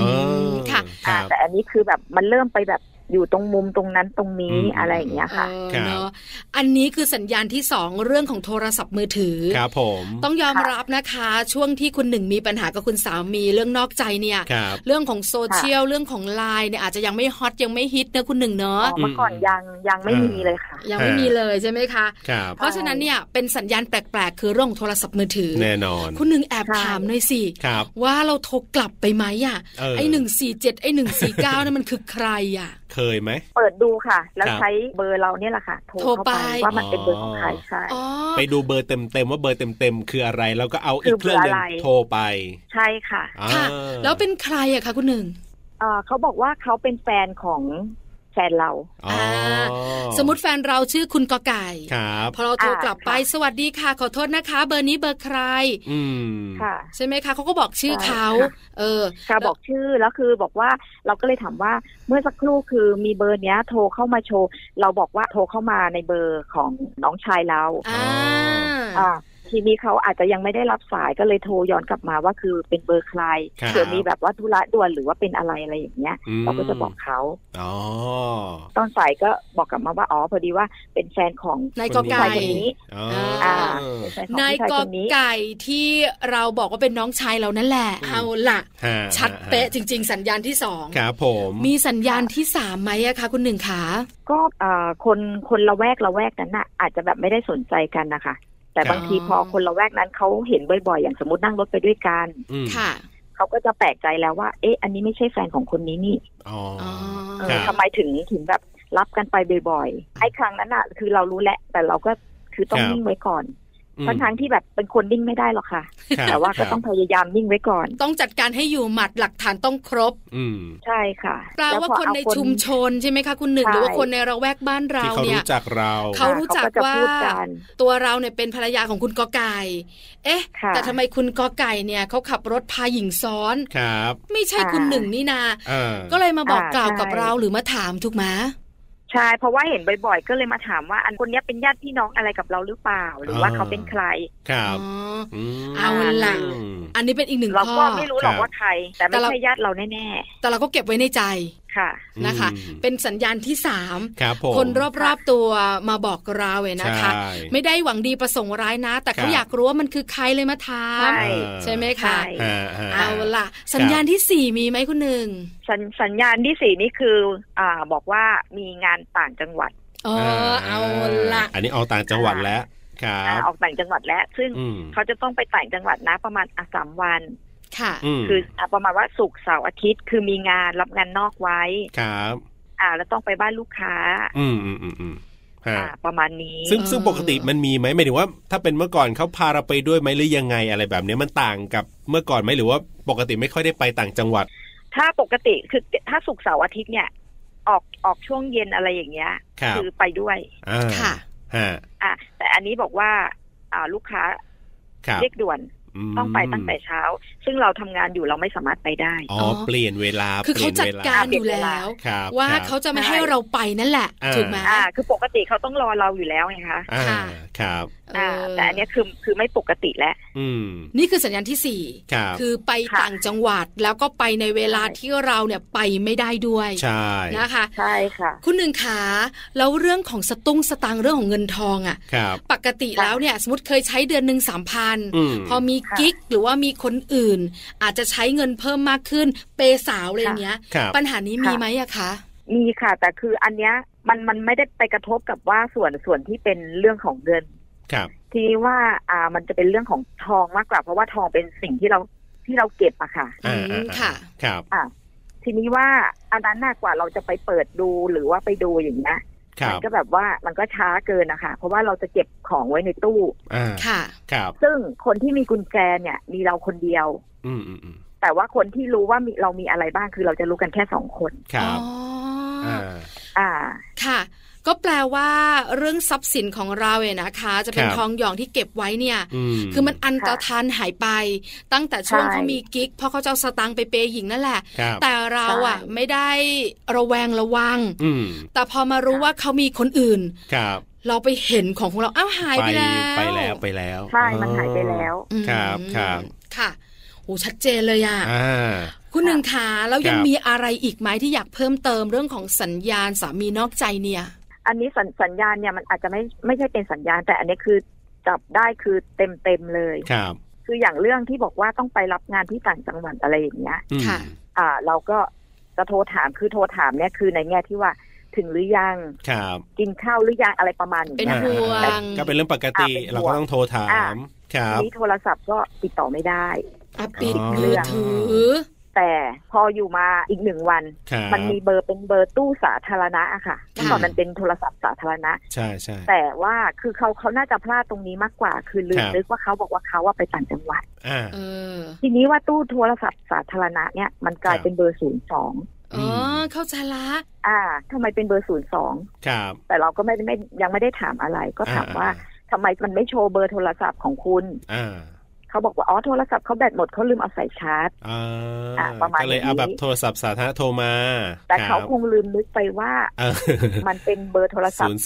Speaker 2: อ
Speaker 1: ค่ะ
Speaker 2: ค
Speaker 5: อ่า
Speaker 2: รับ
Speaker 5: แต่อันนี้คือแบบมันเริ่มไปแบบอยู่ตรงมุมตรงนั้นตรงนี้
Speaker 2: อืม
Speaker 5: อะไรอย่างเงี้ย
Speaker 1: เอ
Speaker 5: ค่ะ
Speaker 1: อ
Speaker 2: ครับ
Speaker 1: เนอะอันนี้คือสัญญาณที่สองเรื่องของโทรศัพท์มือถือ
Speaker 2: ครับผม
Speaker 1: ต้องยอมรับนะคะ ช่วงที่คุณหนึ่งมีปัญหากับคุณสามีเรื่องนอกใจเนี่ย
Speaker 2: ครับ
Speaker 1: เรื่องของโซเชียลเรื่องของไลน์เนี่ยอาจจะยังไม่ฮอตยังไม่ฮิตนะคุณหนึ่งเนาะ
Speaker 5: อ๋อเมื่อก่อนยังยังไม่
Speaker 2: อืม
Speaker 5: มีเลยค่ะ
Speaker 1: ยังไม่มีเลยใช่ไหมคะ
Speaker 2: ครับ
Speaker 1: เพราะฉะนั้นเนี่ยเป็นสัญญาณแปลกๆ คือเรื่องของโทรศัพท์มือถือ
Speaker 2: แน่นอน
Speaker 1: คุณหนึ่งแอบ
Speaker 5: ใช่
Speaker 1: ถามหน่อยสิ
Speaker 2: ครับ
Speaker 1: ว่าเราโทรกลับไปไหมอ่ะ
Speaker 2: เออ
Speaker 1: ไอหนึ่งสี่เจ็ดไอหนึ่งสี่เก้านี่ยมันคือใครอ่ะ
Speaker 2: เคยไหม
Speaker 5: เปิดดูค่ะ แล้ว
Speaker 2: ครับ
Speaker 5: ใช้เบอร์เราเนี่ยแหละค่ะ โทรเข้าไป
Speaker 1: โทรไป
Speaker 5: ว่ามันเป็นเบอร์ของใครใช่
Speaker 1: อ๋อ
Speaker 2: ไปดูเบอร์เต็มๆว่าเบอร์เต็มๆคืออะไร แล้วก็เอาอีกเครื่องหนึง
Speaker 5: คือเบอร์อะไร
Speaker 2: โทรไป
Speaker 5: ใช่ค่ะ
Speaker 2: อ่า
Speaker 1: ค่ะ แล้วเป็นใครอะคะคุณหนึ่ง
Speaker 5: เอ่อเขาบอกว่าเขาเป็นแฟนของ ฟนเรา
Speaker 2: อ๋ออ่า
Speaker 1: สมมติแฟนเราชื่อคุณกอไก่
Speaker 2: ครับ
Speaker 1: พอเราโทร
Speaker 5: อ่าก
Speaker 1: ลับไป
Speaker 5: ค่ะ
Speaker 1: สวัสดีค่ะ ขอโทษนะคะ เบอร์นี้เบอร์ใคร
Speaker 2: อืม
Speaker 5: ค่ะ
Speaker 1: ใช่ไหมคะเขาก็บอกชื่อ
Speaker 5: ใช่
Speaker 1: เขา
Speaker 5: ค่ะ
Speaker 1: เออ
Speaker 5: ค่ะบอกชื่อแล้วคือบอกว่าเราก็เลยถามว่าเมื่อสักครู่คือมีเบอร์เนี้ย โทรเข้ามาโชว์ เราบอกว่าโทรเข้ามาในเบอร์ของน้องชายเรา
Speaker 1: อ่า
Speaker 5: อ่าทีนี้เขาอาจจะยังไม่ได้รับสายก็เลยโทรย้อนกลับมาว่าคือเป็นเบอร์ใคร
Speaker 2: ครับ
Speaker 5: เผื่อมีแบบว่าธุระด่วนหรือว่าเป็นอะไรอะไรอย่างเงี้ย
Speaker 2: อืม
Speaker 5: เราก็จะบอกเขา
Speaker 2: อ๋อ
Speaker 5: ตอนสายก็บอกกลับมาว่าอ๋อพอดีว่าเป็นแฟนของ
Speaker 1: นายกอไก่
Speaker 5: ผู้ชายคนนี้
Speaker 2: อ๋อ
Speaker 5: อ่า
Speaker 2: อ่า
Speaker 5: เป็นแฟนของ
Speaker 1: นาย
Speaker 5: ผู้ชาย
Speaker 1: ก
Speaker 5: ค
Speaker 1: อน
Speaker 5: นี้
Speaker 1: ไก่ที่เราบอกว่าเป็นน้องชายเรานั่นแหละ
Speaker 2: อืม
Speaker 1: เอาล่ะ
Speaker 2: ฮะ
Speaker 1: ชัดเป๊ะจริง ๆ สัญญาณที่สอง
Speaker 2: ครับผม
Speaker 1: มีสัญญาณที่สามไหมอะคะคุณหนึ่งขา
Speaker 5: ก็เอ่อคนคนละแวกละแวกนั้นน่ะอาจจะแบบไม่ได้สนใจกันนะคะ แต่บาง
Speaker 1: อ๋อ
Speaker 5: ทีพอคนละแวกนั้นเขาเห็นบ่อยๆ อย่างสมมตินั่งรถไปด้วยกัน
Speaker 2: อืม
Speaker 1: ค่ะ
Speaker 5: เขาก็จะแปลกใจแล้วว่า เอ๊ะอันนี้ไม่ใช่แฟนของคนนี้นี่
Speaker 2: อ๋ออ
Speaker 1: อ
Speaker 5: เออ
Speaker 2: ครับ
Speaker 5: ทำไมถึงถึงแบบรับกันไปบ่อยๆไอ้ครั้งนั้นน่ะ คือเรารู้แหละแต่เราก็คือต้อง
Speaker 2: ครับ
Speaker 5: นิ่งไว้ก่อน
Speaker 2: อืม
Speaker 5: ทั้งทั้งๆที่แบบเป็นคนนิ่งไม่ได้หรอกค่ะ
Speaker 2: ครับ
Speaker 5: แต่ว่าก็ต้อ
Speaker 2: ค
Speaker 5: ง
Speaker 2: รับ
Speaker 5: พยายามนิ่งไว้ก่อน
Speaker 1: ต้องจัดการให้อยู่หมัดหลักฐานต้องครบ
Speaker 2: อืม
Speaker 5: ใช่ค่ะ
Speaker 1: แปลว่า
Speaker 5: พอ
Speaker 1: คน
Speaker 5: เอ
Speaker 1: ในชุมชนใช่ไหมคะคุณหนึ่ง
Speaker 5: ใช่
Speaker 1: หรือว่าคนในระแวกบ้านเรา
Speaker 2: ที่เขา
Speaker 1: เนี่ย
Speaker 2: รู้จักเรา
Speaker 1: เขารู้จัก
Speaker 5: เขาจะ
Speaker 1: ว่า
Speaker 5: พูดกัน
Speaker 1: ตัวเราเนี่ยเป็นภรรยาของคุณกอไก่ เอ๊ะ
Speaker 5: ค่ะ
Speaker 1: แต่ทำไมคุณกอไก่เนี่ยเขาขับรถพาหญิงซ้อน
Speaker 2: ครับ
Speaker 1: ไม่ใช่คุณหนึ่งนี่นา
Speaker 2: เออ
Speaker 1: ก็เลยมาบอกกล่าว
Speaker 5: อ่า
Speaker 1: กับ
Speaker 5: ใช่
Speaker 1: เราหรือมาถามถูกไหม
Speaker 5: ใช่เพราะว่าเห็นบ่อยๆ ก็เลยมาถามว่าอันคนเนี้ยเป็นญาติพี่น้องอะไรกับเราหรือเปล่า หรือว่าเขาเป็นใคร
Speaker 2: ครั
Speaker 1: อ๋
Speaker 2: บ
Speaker 1: อ
Speaker 2: ม
Speaker 1: เอาล่ะ
Speaker 2: อืม
Speaker 1: อันนี้เป็นอีกหนึ่ง
Speaker 5: เรา
Speaker 1: ข้อ
Speaker 5: ก็ไม่รู้หรอก
Speaker 2: ครับ
Speaker 5: ว่าใคร แต่
Speaker 1: แต่
Speaker 5: ไม่
Speaker 1: เรา
Speaker 5: ใช่ญาติเราแน่
Speaker 1: แต่เราก็เก็บไว้ในใจ
Speaker 5: ๆ ค่ะ
Speaker 1: นะคะ
Speaker 2: อืม
Speaker 1: เป็นสัญญาณที่สาม
Speaker 2: ครับผม
Speaker 1: คนรอบๆตัวมาบอกเราเลยนะคะ
Speaker 2: ใช่
Speaker 1: ไม่ได้หวังดีประสงค์ร้ายนะ แต่เขา
Speaker 2: ครับ
Speaker 1: อยากรู้ว่ามันคือใครเลยมาถาม
Speaker 5: ใช่
Speaker 1: ใช่ไหมคะ
Speaker 5: ใช่
Speaker 2: ฮะฮะ
Speaker 1: เอาล่ะ สัญญาณที่สี่มีไหมคุณหนึ่ง
Speaker 5: สัญสัญญาณที่สี่นี่คืออ่าบอกว่ามีงานต่างจังหวัด
Speaker 1: เออเอาล่ะ
Speaker 2: อันนี้เอาต่างจังหวัดแล้วครั
Speaker 5: อ่า
Speaker 2: บ
Speaker 5: ออกต่างจังหวัดแล้ว ซึ่ง
Speaker 2: อืม
Speaker 5: เขาจะต้องไปต่างจังหวัดนะประมาณอ่ะสามวัน
Speaker 1: ค่ะ
Speaker 2: ม
Speaker 5: คืออ่ะประมาณว่าศุกร์เสาร์อาทิตย์ คือมีงานรับงานนอกไว้
Speaker 2: ครับ
Speaker 5: อ่า แล้วต้องไปบ้านลูกค้า
Speaker 2: อืมอืมอืมอืมฮะ
Speaker 5: อ่าประมาณนี้
Speaker 2: ซึ่ง
Speaker 1: เออ
Speaker 2: ซึ่งปกติมันมีไหมหมายถึงว่า ถ้าเป็นเมื่อก่อนเขาพาเราไปด้วยไหมหรือยังไงอะไรแบบเนี้ยมันต่างกับเมื่อก่อนไหมหรือว่าปกติไม่ค่อยได้ไปต่างจังหวัด
Speaker 5: ถ้าปกติคือถ้าศุกร์เสาร์อาทิตย์เนี่ย ออกออกช่วงเย็นอะไรอย่างเงี้ย
Speaker 2: ครับ
Speaker 5: อไปด้วย
Speaker 2: อ่า
Speaker 1: ค่ะ
Speaker 2: ฮะ
Speaker 5: อ่ะแต่อันนี้บอกว่าอ่าลูกค้า
Speaker 2: ครับ
Speaker 5: เรียกด่วน
Speaker 2: ม
Speaker 5: ต้องไปตั้งแต่เช้า ซึ่งเราทำงานอยู่เราไม่สามารถไปได้
Speaker 2: อ๋อเปลี่ยนเวลา
Speaker 1: คือเขาจัดการอ
Speaker 2: เปลี่ยนเวล
Speaker 1: ยู่แล้ว
Speaker 2: าครับ
Speaker 1: ว่า
Speaker 2: ครับ
Speaker 1: เขาจะไม่
Speaker 5: ใช่
Speaker 1: ให้เราไปนั่นแหละ
Speaker 2: อ่า
Speaker 1: ถูกไหม
Speaker 5: อ่า คือปกติเขาต้องรอเราอยู่แล้วไงคะ
Speaker 2: อ่า
Speaker 1: ค่ะ
Speaker 2: ครับ
Speaker 1: เออ
Speaker 5: แต่อันเนี้ยคือคือไม่ปกติแล้ว
Speaker 2: อืม
Speaker 1: นี่คือสัญญาณที่สี่
Speaker 2: ครับ
Speaker 1: คือไป
Speaker 5: ค่ะ
Speaker 1: ต่างจังหวัดแล้วก็ไปในเวลา
Speaker 5: ใช่
Speaker 1: ที่เราเนี่ยไปไม่ได้ด้วย
Speaker 2: ใช่
Speaker 1: นะคะ
Speaker 5: ใช่ค่ะ
Speaker 1: คุณหนึ่งขาแล้วเรื่องของสตุ้งสตางค์เรื่องของเงินทองอะ่ะ
Speaker 2: ครับ
Speaker 1: ปกติแล้วเนี่ยสมมติเคยใช้เดือนหนึ่งสามพัน
Speaker 2: อืม
Speaker 1: พอมี
Speaker 5: ค่ะ
Speaker 1: กิ๊กหรือว่ามีคนอื่น อาจจะใช้เงินเพิ่มมากขึ้น เปย์สาวอะไรอย่างเงี้ย
Speaker 2: ครับ
Speaker 1: ปัญหานี้มี
Speaker 5: ค่ะ
Speaker 1: ไหมอะคะ
Speaker 5: มีค่ะ แต่คืออันเนี้ยมันมันไม่ได้ไปกระทบกับว่าส่วนส่วนที่เป็นเรื่องของเงิน
Speaker 2: ครับ
Speaker 5: ทีนี้ว่าอ่ามันจะเป็นเรื่องของทองมากกว่า เพราะว่าทองเป็นสิ่งที่เราที่เราเก็บอะค่ะ
Speaker 2: อ่า
Speaker 1: อืมค่ะ
Speaker 2: ครับ
Speaker 5: อ่าทีนี้ว่าอันนั้นน่ากว่าเราจะไปเปิดดูหรือว่าไปดูอย่างเงี้ย
Speaker 2: ครั
Speaker 5: มั
Speaker 2: บ
Speaker 5: ก็แบบว่ามันก็ช้าเกินนะคะ เพราะว่าเราจะเก็บของไว้ในตู้
Speaker 2: อ่า
Speaker 1: ค่ะ
Speaker 2: ครับ
Speaker 5: ซึ่งคนที่มีกุญแจเนี่ยมีเราคนเดียว
Speaker 2: อืมอืมอืม
Speaker 5: แต่ว่าคนที่รู้ว่ามีเรามีอะไรบ้างคือเราจะรู้กันแค่สองคน
Speaker 2: ครับ
Speaker 1: อ๋ออ
Speaker 2: อ่า
Speaker 5: อ่า
Speaker 1: ค่ะ ก็แปลว่าเรื่องทรัพย์สินของเราเนี่ยนะคะ จะเป็น
Speaker 2: ครับ
Speaker 1: ทองหยองที่เก็บไว้เนี่ย
Speaker 2: อืม
Speaker 1: คือมันอันตรธานหายไป ตั้งแต่ช่วง
Speaker 5: ใช่
Speaker 1: เขามีกิ๊กเพราะเขาจะเอาสตางค์ไปเปย์หญิงนั่นแหละ
Speaker 2: ครับ
Speaker 1: แต่เราอ่ะ
Speaker 5: ใช่
Speaker 1: ไม่ได้ระแวงระวัง
Speaker 2: อืม
Speaker 1: แต่พอมารู้ว่าเขามีคนอื่น
Speaker 2: ครับ
Speaker 1: เราไปเห็นของของเราอ้าวหายไปแล้ว
Speaker 2: ไปแล้วไปแล้ว
Speaker 5: ใช่ มันหายไปแล้ว
Speaker 1: อืม
Speaker 2: ครับครับ
Speaker 1: ค่ะโอ้ชัดเจนเลยอ่ะ
Speaker 2: อ่า
Speaker 1: คุณหนึ่งขาแล้วยัง
Speaker 2: ครับ
Speaker 1: มีอะไรอีกไหมที่อยากเพิ่มเติมเรื่องของสัญญาณสามีนอกใจเนี่ย
Speaker 5: อันนี้สัญสัญญาณเนี่ยมันอาจจะไม่ไม่ใช่เป็นสัญญาณ แต่อันนี้คือจับได้คือเต็มเต็มๆเลย
Speaker 2: ครับ
Speaker 5: คืออย่างเรื่องที่บอกว่าต้องไปรับงานที่ต่างจังหวัดอะไรอย่างเงี้ย
Speaker 2: อืม
Speaker 1: ค่ะ
Speaker 5: อ่า เราก็จะโทรถามคือโทรถามเนี่ยคือในแง่ที่ว่าถึงหรือยัง
Speaker 2: ครับ
Speaker 5: กินข้าวหรือยังอะไรประมาณอย่าง
Speaker 1: เป็น
Speaker 5: เงี้ย
Speaker 1: ห่วง
Speaker 2: อ่าก็เป็นเรื่องปกติ
Speaker 5: อ่าเป็นห่วง
Speaker 2: เราก็ต้องโทรถา
Speaker 5: อ่า
Speaker 2: ม ครั
Speaker 5: ที
Speaker 2: บ
Speaker 5: นี้โทรศัพท์ก็ติดต่อไม่ได้
Speaker 1: อ่ะปิด
Speaker 2: อ๋อ
Speaker 1: มือถือ
Speaker 5: แต่พออยู่มาอีกหนึ่งวัน
Speaker 2: ครับ
Speaker 5: มันมีเบอร์เป็นเบอร์ตู้สาธารณะอะค่ะเมื่อก่อนมันเป็นโทรศัพท์สาธารณะ
Speaker 2: ใช่ใช่
Speaker 5: แต่ว่าคือเขาเขาน่าจะพลาดตรงนี้มากกว่า คือลื
Speaker 2: ค
Speaker 5: ม
Speaker 2: รับ
Speaker 5: นึกว่าเขาบอกว่าเขาว่าไปต่างจังหวัด
Speaker 2: อ่า
Speaker 1: เออ
Speaker 5: ทีนี้ว่าตู้โทรศัพท์สาธารณะเนี่ยมันกลา
Speaker 2: ค
Speaker 5: ย
Speaker 2: รับ
Speaker 5: เป็นเบอร์ศูนย์สอง
Speaker 1: อ๋ออเข้าใจละ
Speaker 5: อ่าทำไมเป็นเบอร์ศูนย์สอง
Speaker 2: ครับ
Speaker 5: แต่เราก็ไม่ไม่ยังไม่ได้ถามอะไร ก็ถามว่าทำไมมันไม่โชว์เบอร์โทรศัพท์ของคุณ
Speaker 2: อ่า
Speaker 5: เขาบอกว่าอ๋อโทรศัพท์เขาแบตหมดเขาลืมเอาใส่ชาร์จ
Speaker 2: อ่า
Speaker 5: อ่ะประมาณ
Speaker 2: ก็เลย
Speaker 5: นี้
Speaker 2: เอาแบบโทรศัพท์สาธารณะโทรมา
Speaker 5: แต่
Speaker 2: รับ
Speaker 5: เขาคงลืมนึกไปว่า
Speaker 2: เออ
Speaker 5: มันเป็นเบอร์โทรศัพ
Speaker 2: 02
Speaker 5: ท์ศูนย์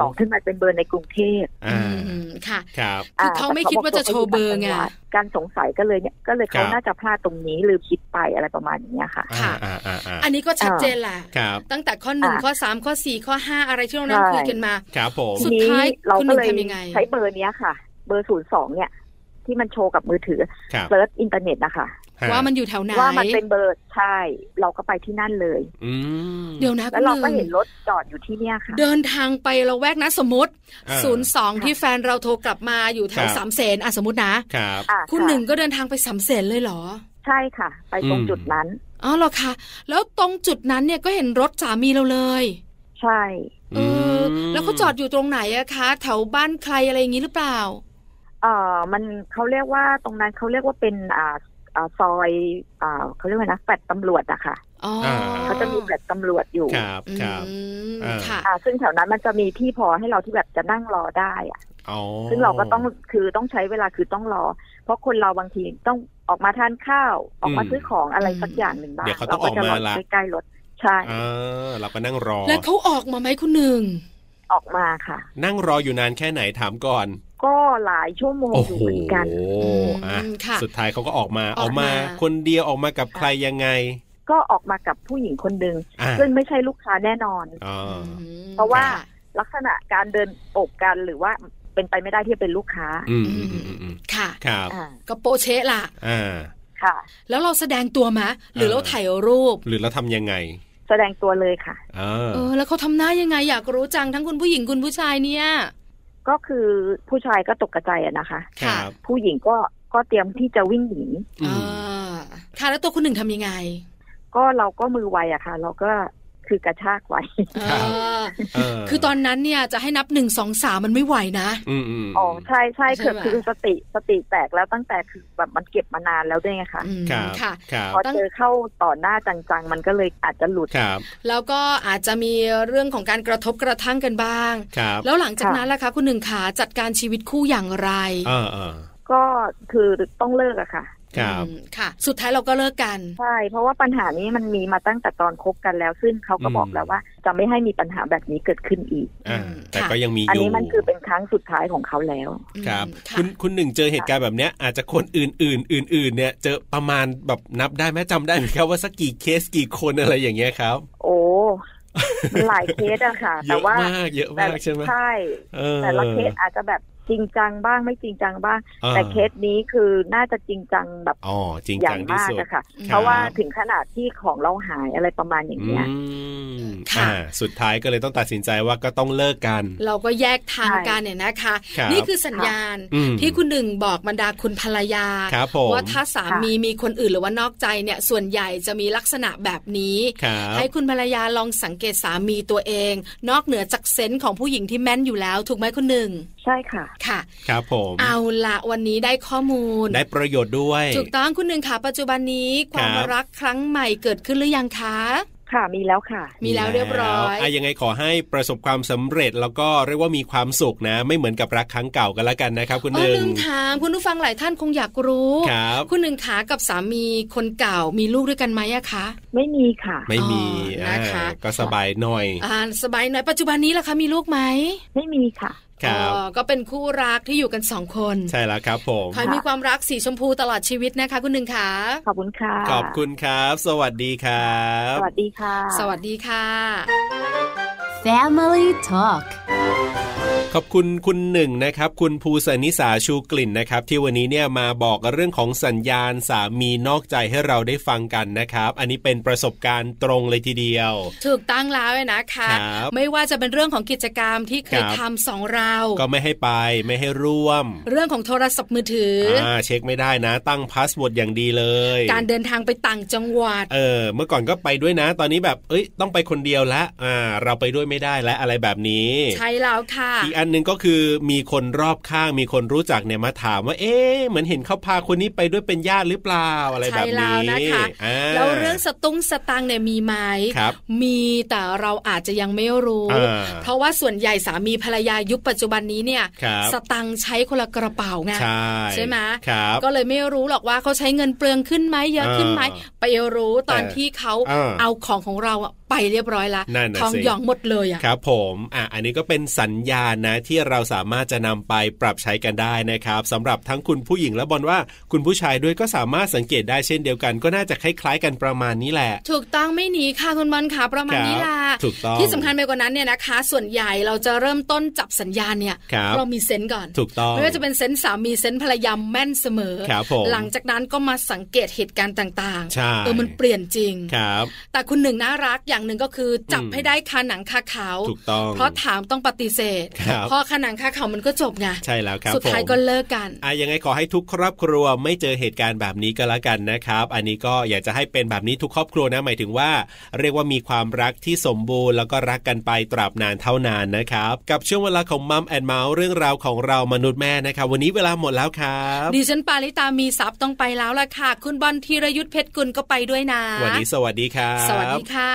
Speaker 5: สองขึ้นมาเป็นเบอร์ในกรุงเทพ
Speaker 2: อ่า
Speaker 1: อืมค่ะ
Speaker 2: ครับ
Speaker 1: คือเขา
Speaker 5: แต่
Speaker 1: ไม่คิดว่าจะโชว์เบอร์ไง
Speaker 5: การสงสัยก็เลยเนี่ยก็เลย
Speaker 2: ครั
Speaker 5: เขา
Speaker 2: บ
Speaker 5: น่าจะพลาดตรงนี้ลืมคิดไปอะไรประมาณเนี้ยค่ะ
Speaker 1: ค่ะ
Speaker 2: อ่าอ่าอ่า
Speaker 1: อันนี้ก็ชัดเจนแหละ
Speaker 2: ครับ
Speaker 1: ตั้งแต่ข้อหนึ่ง
Speaker 5: อ่ะ
Speaker 1: ข้อสามข้อสี่ข้อห้าอะไรที่เรานั่ง
Speaker 5: ใช่
Speaker 1: คุยกันมา
Speaker 2: ครับผม
Speaker 1: สุด
Speaker 5: ที
Speaker 1: ท้าย
Speaker 5: นี้เรา
Speaker 1: คุณห
Speaker 5: ก็
Speaker 1: นุ่ม
Speaker 5: เลย
Speaker 1: ทำยังไง
Speaker 5: ใช้เบอร์เนี้ยค่ะ เบอร์ศูนย์สองเนี่ย ที่มันโชว์กับมือถือ
Speaker 2: ครับ
Speaker 5: เซิร์ชอินเทอร์เน็ตนะคะ
Speaker 2: ฮะ
Speaker 1: ว่ามันอยู่แถวไหน
Speaker 5: ว่ามันเป็นเบอร์ใช่เราก็ไปที่นั่นเลย
Speaker 2: อืม
Speaker 1: เดี๋ยวนะ
Speaker 5: แล้วเรา
Speaker 1: คุณ
Speaker 5: ก็
Speaker 1: ห
Speaker 5: เห็
Speaker 1: นึ่
Speaker 5: น
Speaker 1: ง
Speaker 5: รถจอดอยู่ที่เนี่ยค่ะ
Speaker 1: เดินทางไประแวกนะสมมติ
Speaker 2: อ่า
Speaker 1: 02 ที่แฟนเราโทรกลับมาอยู่แถว
Speaker 2: ครับ
Speaker 1: สามเสนอ่ะสมมตินะ
Speaker 2: ครับ
Speaker 5: อ่า
Speaker 1: คุณ
Speaker 5: ะ
Speaker 1: หนึ่งก็เดินทางไปสามเสนเลยเหรอ
Speaker 5: ใช่ค่ะ ไปตรง
Speaker 2: อืม
Speaker 5: จุดนั้น
Speaker 1: อ๋อเหรอคะแล้วตรงจุดนั้นเนี่ยก็เห็นรถสามีเราเลย
Speaker 5: ใช่
Speaker 1: เออแล้วเขาจอดอยู่ตรงไหนอะคะ แถวบ้านใครอะไรอย่างนี้หรือเปล่า
Speaker 5: เอ่อมันเขาเรียกว่าตรงนั้นเขาเรียกว่าเป็นอ่าอ่าซอยอ่าเขาเรียกว่านะแฟลตตำรวจอะค่ะ
Speaker 1: อ๋อ
Speaker 5: เขาจะมีแฟลตตำรวจอยู่
Speaker 2: ครับ
Speaker 1: อื
Speaker 2: ครับ
Speaker 1: ม
Speaker 2: อ่า
Speaker 1: ค่ะ
Speaker 5: อ่าซึ่งแถวนั้นมันจะมีที่พอให้เราที่แบบจะนั่งรอได้อะ
Speaker 2: อ๋อ
Speaker 5: ซึ่งเราก็ต้องคือต้องใช้เวลาคือต้องรอ เพราะคนเราบางทีต้องออกมาทานข้าวออกมาซื้อของอะไรสักอย่างหนึ่งบ้าง
Speaker 2: เดี๋ยวเขาต้องอ
Speaker 5: ก็
Speaker 2: อก
Speaker 5: จะ
Speaker 2: มาร
Speaker 5: อ
Speaker 2: ละ
Speaker 5: ใกล้ๆรถใช่
Speaker 2: อ่าเราก็นั่งรอ
Speaker 1: แล้วเขาออกมาไหมคุณหนึ่ง
Speaker 5: ออกมาค่ะ
Speaker 2: นั่งรออยู่นานแค่ไหนถามก่อน
Speaker 5: ก็หลายชั่วโมง
Speaker 2: โอ้
Speaker 5: อ
Speaker 2: โห
Speaker 5: ยู่เหมือนกัน
Speaker 2: อ่ะ
Speaker 1: อืมค่ะ
Speaker 2: สุดท้ายเขาก็ออกมา
Speaker 1: อ
Speaker 2: อ
Speaker 1: อ
Speaker 2: อก ก
Speaker 1: มา
Speaker 2: มา คนเดียวออกมากับใครยังไง
Speaker 5: ก็ออกมากับผู้หญิงคนหนึ่ง
Speaker 2: อ่า
Speaker 5: ซึ่งไม่ใช่ลูกค้าแน่นอน
Speaker 2: อ๋อ
Speaker 1: อืม
Speaker 5: เพราะว่า
Speaker 1: ค่
Speaker 5: ลักษณะการเดินโอบกันหรือว่าเป็นไปไม่ได้ที่จะเป็นลูกค้า
Speaker 2: อืมอืมอืมอืมอืม
Speaker 1: ค่ะ
Speaker 2: ครับ
Speaker 5: อ่า
Speaker 1: ก็โปเชะล่ะ
Speaker 2: อ่า
Speaker 5: ค่ะ
Speaker 1: แล้วเราแสดงตัวมะ หรือ
Speaker 2: เออ
Speaker 1: เราถ่ายรูป
Speaker 2: หรือเราทำยังไง
Speaker 5: แสดงตัวเลยค่ะ
Speaker 2: เออ
Speaker 1: เออ แล้วเขาทำหน้ายังไงอยากรู้จังทั้งคุณผู้หญิงคุณผู้ชายเนี่ย
Speaker 5: ก็คือผู้ชายก็ตกกระจายอะนะคะ
Speaker 2: ค
Speaker 1: ค่ะ
Speaker 2: รับ
Speaker 5: ผู้หญิงก็ก็เตรียมที่จะวิ่งหนี
Speaker 2: อื
Speaker 1: อ่
Speaker 2: มา
Speaker 1: ค่ะแล้วตัวคุณหนึ่งทำยังไง
Speaker 5: ก็เราก็มือไวอะค่ะ เราก็คือกระชากไว้
Speaker 1: เออ
Speaker 2: เออ
Speaker 1: คือตอนนั้นเนี่ยจะให้นับหนึ่งสองสามมันไม่ไหวนะ
Speaker 2: อืมอืม
Speaker 5: อ๋อใช่ใช่
Speaker 1: ใช่
Speaker 5: คือ
Speaker 1: ไหม
Speaker 5: คือสติสติแตกแล้วตั้งแต่คือแบบมันเก็บมานานแล้วด้วยไงคะ
Speaker 1: อืม
Speaker 2: ครับ
Speaker 1: ค่ะ
Speaker 2: ครับ
Speaker 5: พอ
Speaker 1: ตั้ง
Speaker 5: เจอเข้าต่อหน้าจังๆ มันก็เลยอาจจะหลุด
Speaker 2: ครับ
Speaker 1: แล้วก็อาจจะมีเรื่องของการกระทบกระทั่งกันบ้าง
Speaker 2: ครับ
Speaker 1: แล้วหลังจาก
Speaker 5: ค่ะ
Speaker 1: นั้นล่ะคะคุณหนึ่งขาจัดการชีวิตคู่อย่างไร
Speaker 2: เออเออ
Speaker 5: ก็คือต้องเลิกอะค่ะ
Speaker 2: ครับ
Speaker 1: อืมค่ะ สุดท้ายเราก็เลิกกัน
Speaker 5: ใช่ เพราะว่าปัญหานี้มันมีมาตั้งแต่ตอนคบกันแล้ว ซึ่งเขาก็บอก
Speaker 2: อืม
Speaker 5: แล้วว่า จะไม่ให้มีปัญหาแบบนี้เกิดขึ้นอีก
Speaker 2: อ่า
Speaker 1: อืม
Speaker 2: แต่
Speaker 1: ค่ะ
Speaker 2: ก็ยังมี
Speaker 5: อัน
Speaker 2: อยู่
Speaker 5: นี้มันคือเป็นครั้งสุดท้ายของเขาแล้ว
Speaker 2: ครับ
Speaker 1: อืมะ
Speaker 2: คุณคุณหนึ่งเจอเหตุการณ์แบบเนี้ยอาจจะคนอื่นอื่นอื่นอื่นๆเนี่ยเจอประมาณแบบนับได้ไหมจำได้ไหมครับว่าสักกี่เคสกี่คนอะไรอย่างเงี้ยครับ
Speaker 5: โอ้ มันหลายเคสอะค่ะ
Speaker 2: เย
Speaker 5: แต่
Speaker 2: อะ
Speaker 5: ว่าม
Speaker 2: ากเยอะ
Speaker 5: แต่
Speaker 2: มากใช่ไหม
Speaker 5: ใช่
Speaker 2: เออ
Speaker 5: แต่ละเคสอาจจะแบบจริงจังบ้างไม่จริงจังบ้าง
Speaker 2: ออ
Speaker 5: แต่เคสนี้คือน่าจะจริงจังแบบ
Speaker 2: อ๋อจริง
Speaker 5: อ
Speaker 2: จั
Speaker 5: ย่าง ง
Speaker 2: ที่
Speaker 5: มาก
Speaker 2: สุด
Speaker 5: นะคะ
Speaker 1: ครับ
Speaker 5: เพราะว่าถึงขนาดที่ของเราหายอะไรประมาณอย่าง
Speaker 2: อื
Speaker 5: เงี้ย
Speaker 2: ม
Speaker 1: ค่ะ
Speaker 2: อ่าสุดท้ายก็เลยต้องตัดสินใจว่าก็ต้องเลิกกัน
Speaker 1: เราก็แยกทาง
Speaker 5: ใช่
Speaker 1: กันเนี่ยนะคะ
Speaker 2: ครับ
Speaker 1: นี่คือสัญญาณ
Speaker 2: อืม
Speaker 1: ที่คุณหนึ่งบอกบรรดาคุณภรรยา
Speaker 2: ครับผม
Speaker 1: ว่าถ้าสามีมีคนอื่นหรือว่านอกใจเนี่ยส่วนใหญ่จะมีลักษณะแบบนี้
Speaker 2: ครับ
Speaker 1: ให้คุณภรรยาลองสังเกตสามีตัวเอง นอกเหนือจากเซนส์ของผู้หญิงที่แม่นอยู่แล้ว ถูกไหมคุณหนึ่ง
Speaker 5: ใช่ค่ะ
Speaker 1: ค่ะ
Speaker 2: ครับผม
Speaker 1: เอาละวันนี้ได้ข้อมูล
Speaker 2: ได้ประโยชน์ด้วย
Speaker 1: ถูกต้องคุณหนึ่งค่ะ ปัจจุบันนี้ความ
Speaker 2: ครับ
Speaker 1: รักครั้งใหม่เกิดขึ้นหรือยังคะ
Speaker 5: ค่ะมีแล้วค่ะ
Speaker 1: มีแล้วเรียบร้อย
Speaker 2: อ่ะยังไงขอให้ประสบความสำเร็จแล้วก็เรียกว่ามีความสุขนะ ไม่เหมือนกับรักครั้งเก่ากันละกันนะครับ คุณ
Speaker 1: อ๋
Speaker 2: ห
Speaker 1: อ
Speaker 2: นึ่ง
Speaker 1: ลืมถามคุณผู้ฟังหลายท่านคงอยากรู้
Speaker 2: ครับ
Speaker 1: คุณหนึ่งขากับสามีคนเก่ามีลูกด้วยกันไหมอะคะ
Speaker 5: ไม่มีค่ะ
Speaker 2: ไม่มี
Speaker 1: อ๋อ
Speaker 2: อ่า
Speaker 1: นะคะ
Speaker 2: ก็สบายหน่อย
Speaker 1: อ่าสบายหน่อยปัจจุบันนี้ล่ะคะมีลูกไหม
Speaker 5: ไม่มีค่ะ
Speaker 2: ครับ
Speaker 1: อ๋อก็เป็นคู่รักที่อยู่กันสองคน
Speaker 2: ใช่แล้วครับผม
Speaker 1: ขอให้มีความรักสีชมพูตลอดชีวิตนะคะ คุณหนึ่งขา
Speaker 5: ขอบคุณค่ะ
Speaker 2: ขอบคุณครับ สวัสดีครับ
Speaker 5: สวัสดีค่ะ
Speaker 1: สวัสดีค่ะ
Speaker 4: Family Talk
Speaker 2: ขอบคุณคุณหนึ่งนะครับ คุณภูสนิสาชูกลิ่นนะครับ ที่วันนี้เนี่ยมาบอกเรื่องของสัญญาณสามีนอกใจให้เราได้ฟังกันนะครับ อันนี้เป็นประสบการณ์ตรงเลยทีเดียว
Speaker 1: ถูกตั้งแล้วนะคะ
Speaker 2: ครับ
Speaker 1: ไม่ว่าจะเป็นเรื่องของกิจกรรมที่เคย
Speaker 2: ครับ
Speaker 1: ทำสองเรา
Speaker 2: ก็ไม่ให้ไปไม่ให้ร่วม
Speaker 1: เรื่องของโทรศัพท์มือถืออ
Speaker 2: อ่าเช็คไม่ได้นะ ตั้งพาสเวิร์ดอย่างดีเลย
Speaker 1: การเดินทางไปต่างจังหวัด
Speaker 2: เออเมื่อก่อนก็ไปด้วยนะ ตอนนี้แบบเอ้ยต้องไปคนเดียวละอ่า เราไปด้วยไม่ได้และอะไรแบบนี้
Speaker 1: ใช่แล้วค่ะ
Speaker 2: อีก อันหนึงก็คือมีคนรอบข้างมีคนรู้จักเนี่ยมาถามว่า เอ๊ะเหมือนเห็นเขาพาคนนี้ไปด้วยเป็นญาติหรือเปล่าอะไรแบบ
Speaker 1: ใช่แล้
Speaker 2: นี้
Speaker 1: วนะคะ
Speaker 2: อ่า
Speaker 1: แล้วเรื่องสตุ้งสตังค์เนี่ยมีไหม
Speaker 2: ครับ
Speaker 1: มีแต่เราอาจจะยังไม่รู้
Speaker 2: อ่า
Speaker 1: เพราะว่าส่วนใหญ่สามีภรรยายุคปัจจุบันนี้เนี่ย
Speaker 2: ครับ
Speaker 1: สตังค์ใช้คนละกระเป๋าไง
Speaker 2: ใช่
Speaker 1: ใช่ไหม
Speaker 2: ครับ
Speaker 1: ก็เลยไม่รู้หรอกว่าเขาใช้เงินเปลืองขึ้นไหมเยอะขึ้นไหม
Speaker 2: เออ
Speaker 1: ไปรู้ตอน
Speaker 2: เออ
Speaker 1: ที่เขา
Speaker 2: เออ
Speaker 1: เอาของของเราอะไปเรียบร้อยละ
Speaker 2: นั่นน่ะ
Speaker 1: ของ
Speaker 2: สิ
Speaker 1: หยองหมดเลยอะ
Speaker 2: ครับผมอ่ะอันนี้ก็เป็นสัญญาณนะที่เราสามารถจะนำไปปรับใช้กันได้นะครับสำหรับทั้งคุณผู้หญิงและบอลว่าคุณผู้ชายด้วยก็สามารถสังเกตได้เช่นเดียวกัน ก็น่าจะคล้ายๆกันประมาณนี้แหละ
Speaker 1: ถูกต้องไม่หนีค่ะคุณบอลค่ะประมาณนี้ล่ะ
Speaker 2: ครับถูกต้อง
Speaker 1: ที่สำคัญไปกว่านั้นเนี่ยนะคะ ส่วนใหญ่เราจะเริ่มต้นจับสัญญาณเนี่ย
Speaker 2: ครับ
Speaker 1: เรามีเซนส์ก่อน
Speaker 2: ถูกต้อง
Speaker 1: ไม่ว่าจะเป็นเซนส์สามีเซนส์ภรรยาแม่นเสมอ
Speaker 2: ครับผม
Speaker 1: หลังจากนั้นก็มาสังเกตเหตุการณ์ต่าง
Speaker 2: ใช่
Speaker 1: เออมันเปลี่ยนจริง
Speaker 2: ครับ
Speaker 1: แต่คุณหนึ่งน่ารักอย่างหนึ่งก็คือจับ
Speaker 2: อืม
Speaker 1: ให้ได้คาหนังคาเขา
Speaker 2: ถูกต้อง
Speaker 1: เพราะถามต้องปฏิเสธ
Speaker 2: ครับ
Speaker 1: พอคาหนังคาเขามันก็จบไง
Speaker 2: ใช่แล้วครับ
Speaker 1: สุดท้าย
Speaker 2: ผม
Speaker 1: ก็เลิกกัน
Speaker 2: อ่ะยังไงขอให้ทุกครอบครัวไม่เจอเหตุการณ์แบบนี้ก็แล้วกันนะครับ อันนี้ก็อยากจะให้เป็นแบบนี้ทุกครอบครัวนะหมายถึงว่า เรียกว่ามีความรักที่สมบูรณ์แล้วก็รักกันไปตราบนานเท่านานนะครับ กับช่วงเวลาของมัมแอนเมาส์เรื่องราวของเรามนุษย์แม่นะครับ วันนี้เวลาหมดแล้วครับ
Speaker 1: ดิฉันปาริตามีซับต้องไปแล้วล่ะค่ะ คุณบอลธีรยุทธเพชรกุลก็ไปด้วยนะ
Speaker 2: วันนี้สวัสดีครับ
Speaker 1: สวัสดีค่ะ